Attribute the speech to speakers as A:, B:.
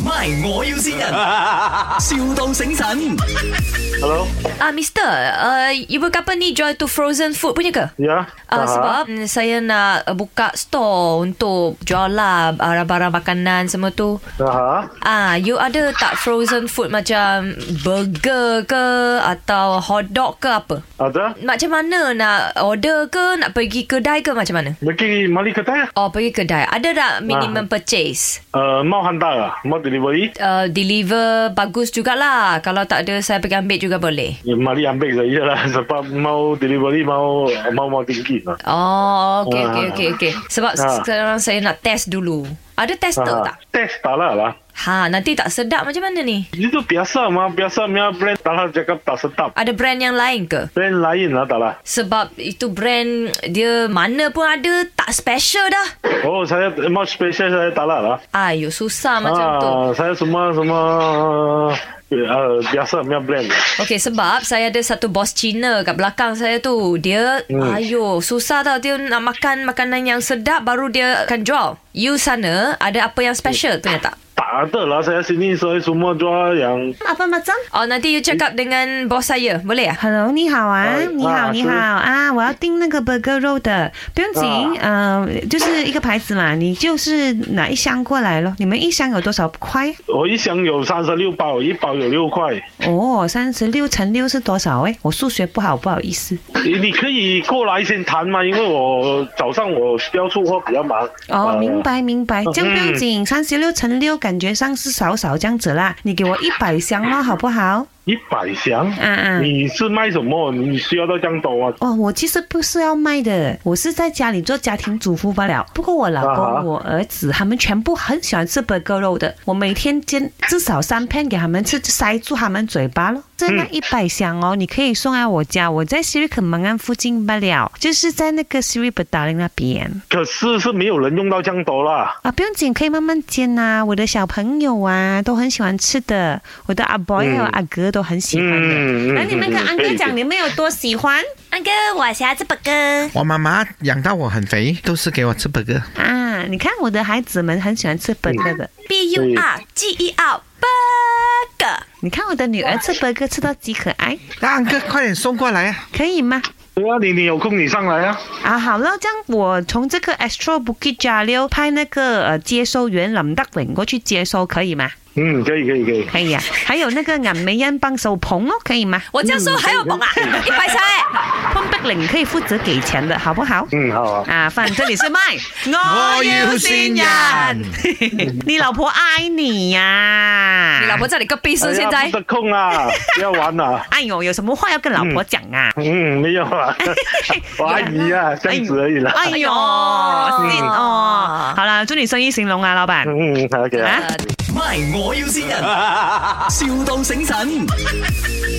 A: MY，我要先人，,笑到醒神。
B: Hello?
C: Ah, Mister, uh, ibu kapan ni jual tu frozen food punya ke?
B: Ya.
C: Uh,
B: Ah.
C: Sebab mm, saya nak uh, buka store untuk jual lah barang-barang makanan semua tu.
B: Aha.
C: Ah, you ada tak frozen food macam burger ke atau hotdog ke apa?
B: Ada?
C: Macam mana nak order ke nak pergi kedai ke macam mana?
B: Pergi mari kedai?
C: Oh, pergi kedai. Ada tak minimum purchase?
B: Uh, mau hantar lah. Mau delivery?
C: Uh, deliver bagus jugalah. Kalau tak ada saya pergi ambil juga boleh.
B: Ya, mari ambil saja lah. Sebab mau delivery, mau mau mau tinggi. Lah.
C: Oh, okey
B: Ah.
C: okey okey okey. Sebab
B: Ah.
C: sekarang saya nak test dulu. Ada tester tak?
B: Test tak lah lah.
C: Ha, nanti tak sedap macam mana ni?
B: Itu biasa mah. Biasa punya brand tak lah cakap tak sedap.
C: Ada brand yang lain ke?
B: Brand lain lah tak lah.
C: Sebab itu brand dia mana pun ada tak special dah.
B: Oh, saya mau special saya tak lah lah.
C: Ayo susah macam tu.
B: ah, Saya semua semua uh, biasa punya brand.
C: Okey sebab saya ada satu bos Cina kat belakang saya tu. Dia hmm. ayo susah tau dia nak makan makanan yang sedap baru dia akan jual. You sana ada apa yang special punya tak?
B: Tak ada lah saya sini saya semua jual yang
D: apa macam？
C: Oh nanti you cakap dengan bos saya boleh ya?
D: Hello，你好啊
B: 哎，
D: 你好，
B: 啊
D: 你
B: 是
D: 好啊，我要订那个 burger roll 的，不用紧，呃，就是一个牌子嘛，你就是拿一箱过来咯。你们一箱有多少块？
B: 我一箱有三十六包，一包有六块。
D: 哦，三十六乘六是多少？哎，我数学不好，不好意思。
B: 你你可以过来先谈嘛，因为我早上我标出货比较忙。
D: 哦，
B: 呃
D: 明。白明白，这样不用紧，三十六乘六感觉上是少少这样子啦。你给我一百箱咯，好不好？
B: 一百箱。
D: 啊啊。
B: 你是卖什么？你需要到这样多啊？
D: 哦，我其实不是要卖的，我是在家里做家庭主妇罢了。不过我老公、
B: 啊哈
D: 我儿子他们全部很喜欢吃 burger 肉的，我每天煎至少三片给他们吃，就塞住他们嘴
B: 嗯
D: 巴了。这那一百箱哦，你可以送来我家，我在 Siri 肯芒安附近罢了，就是在那个 Siri 不达林那边。
B: 可是是没有人用到这样多啦。
D: 啊，不用紧，可以慢慢煎呐、我的小朋友啊，都很喜欢吃的，我的阿 boy 还有阿哥都很喜欢的。
B: 嗯嗯
D: 来，你们跟
B: 嗯
D: 安哥
B: 可以
D: 讲，你们有多喜欢
C: 安哥，我想要吃 burger。
E: 我妈妈养到我很肥，都是给我吃 burger。
D: 啊？你看我的孩子们很喜欢吃 burger 的。
C: B U R G E R burger。
D: 你看我的女儿吃 burger 吃到极可爱，
E: 那安哥快点送过来啊！
D: 可以吗？
B: 对啊，你你有空你上来啊。
D: 啊，好了，这样我从这个 Astro Bukit Jalil 派那个呃接收员林德荣过去接收，可以吗？
B: 嗯，可以可以可以。
D: 可以啊。还有那个俺梅恩帮手鹏哦，可以吗？
C: 我这样说还
B: 嗯
C: 有崩啊，一百三哎。
D: 潘德玲可以负责给钱的，好不好？
B: 嗯，好啊。
D: 啊，反正你是卖，我要先人， 你老婆爱你呀、
C: 你老婆在你隔壁是不是现
B: 哎呀
C: 在
B: 不？得空 啊，不要玩了。
D: 哎呦，有什么话要跟老婆讲啊？
B: 嗯，没有啊， 我阿姨啊，这样子而已啦。
D: 哎呦，
C: 嗯
D: 信哦，好啦，祝你生意兴隆啊，老板。
B: 嗯，好，给啊。
A: MY，我要先人，,笑到醒神。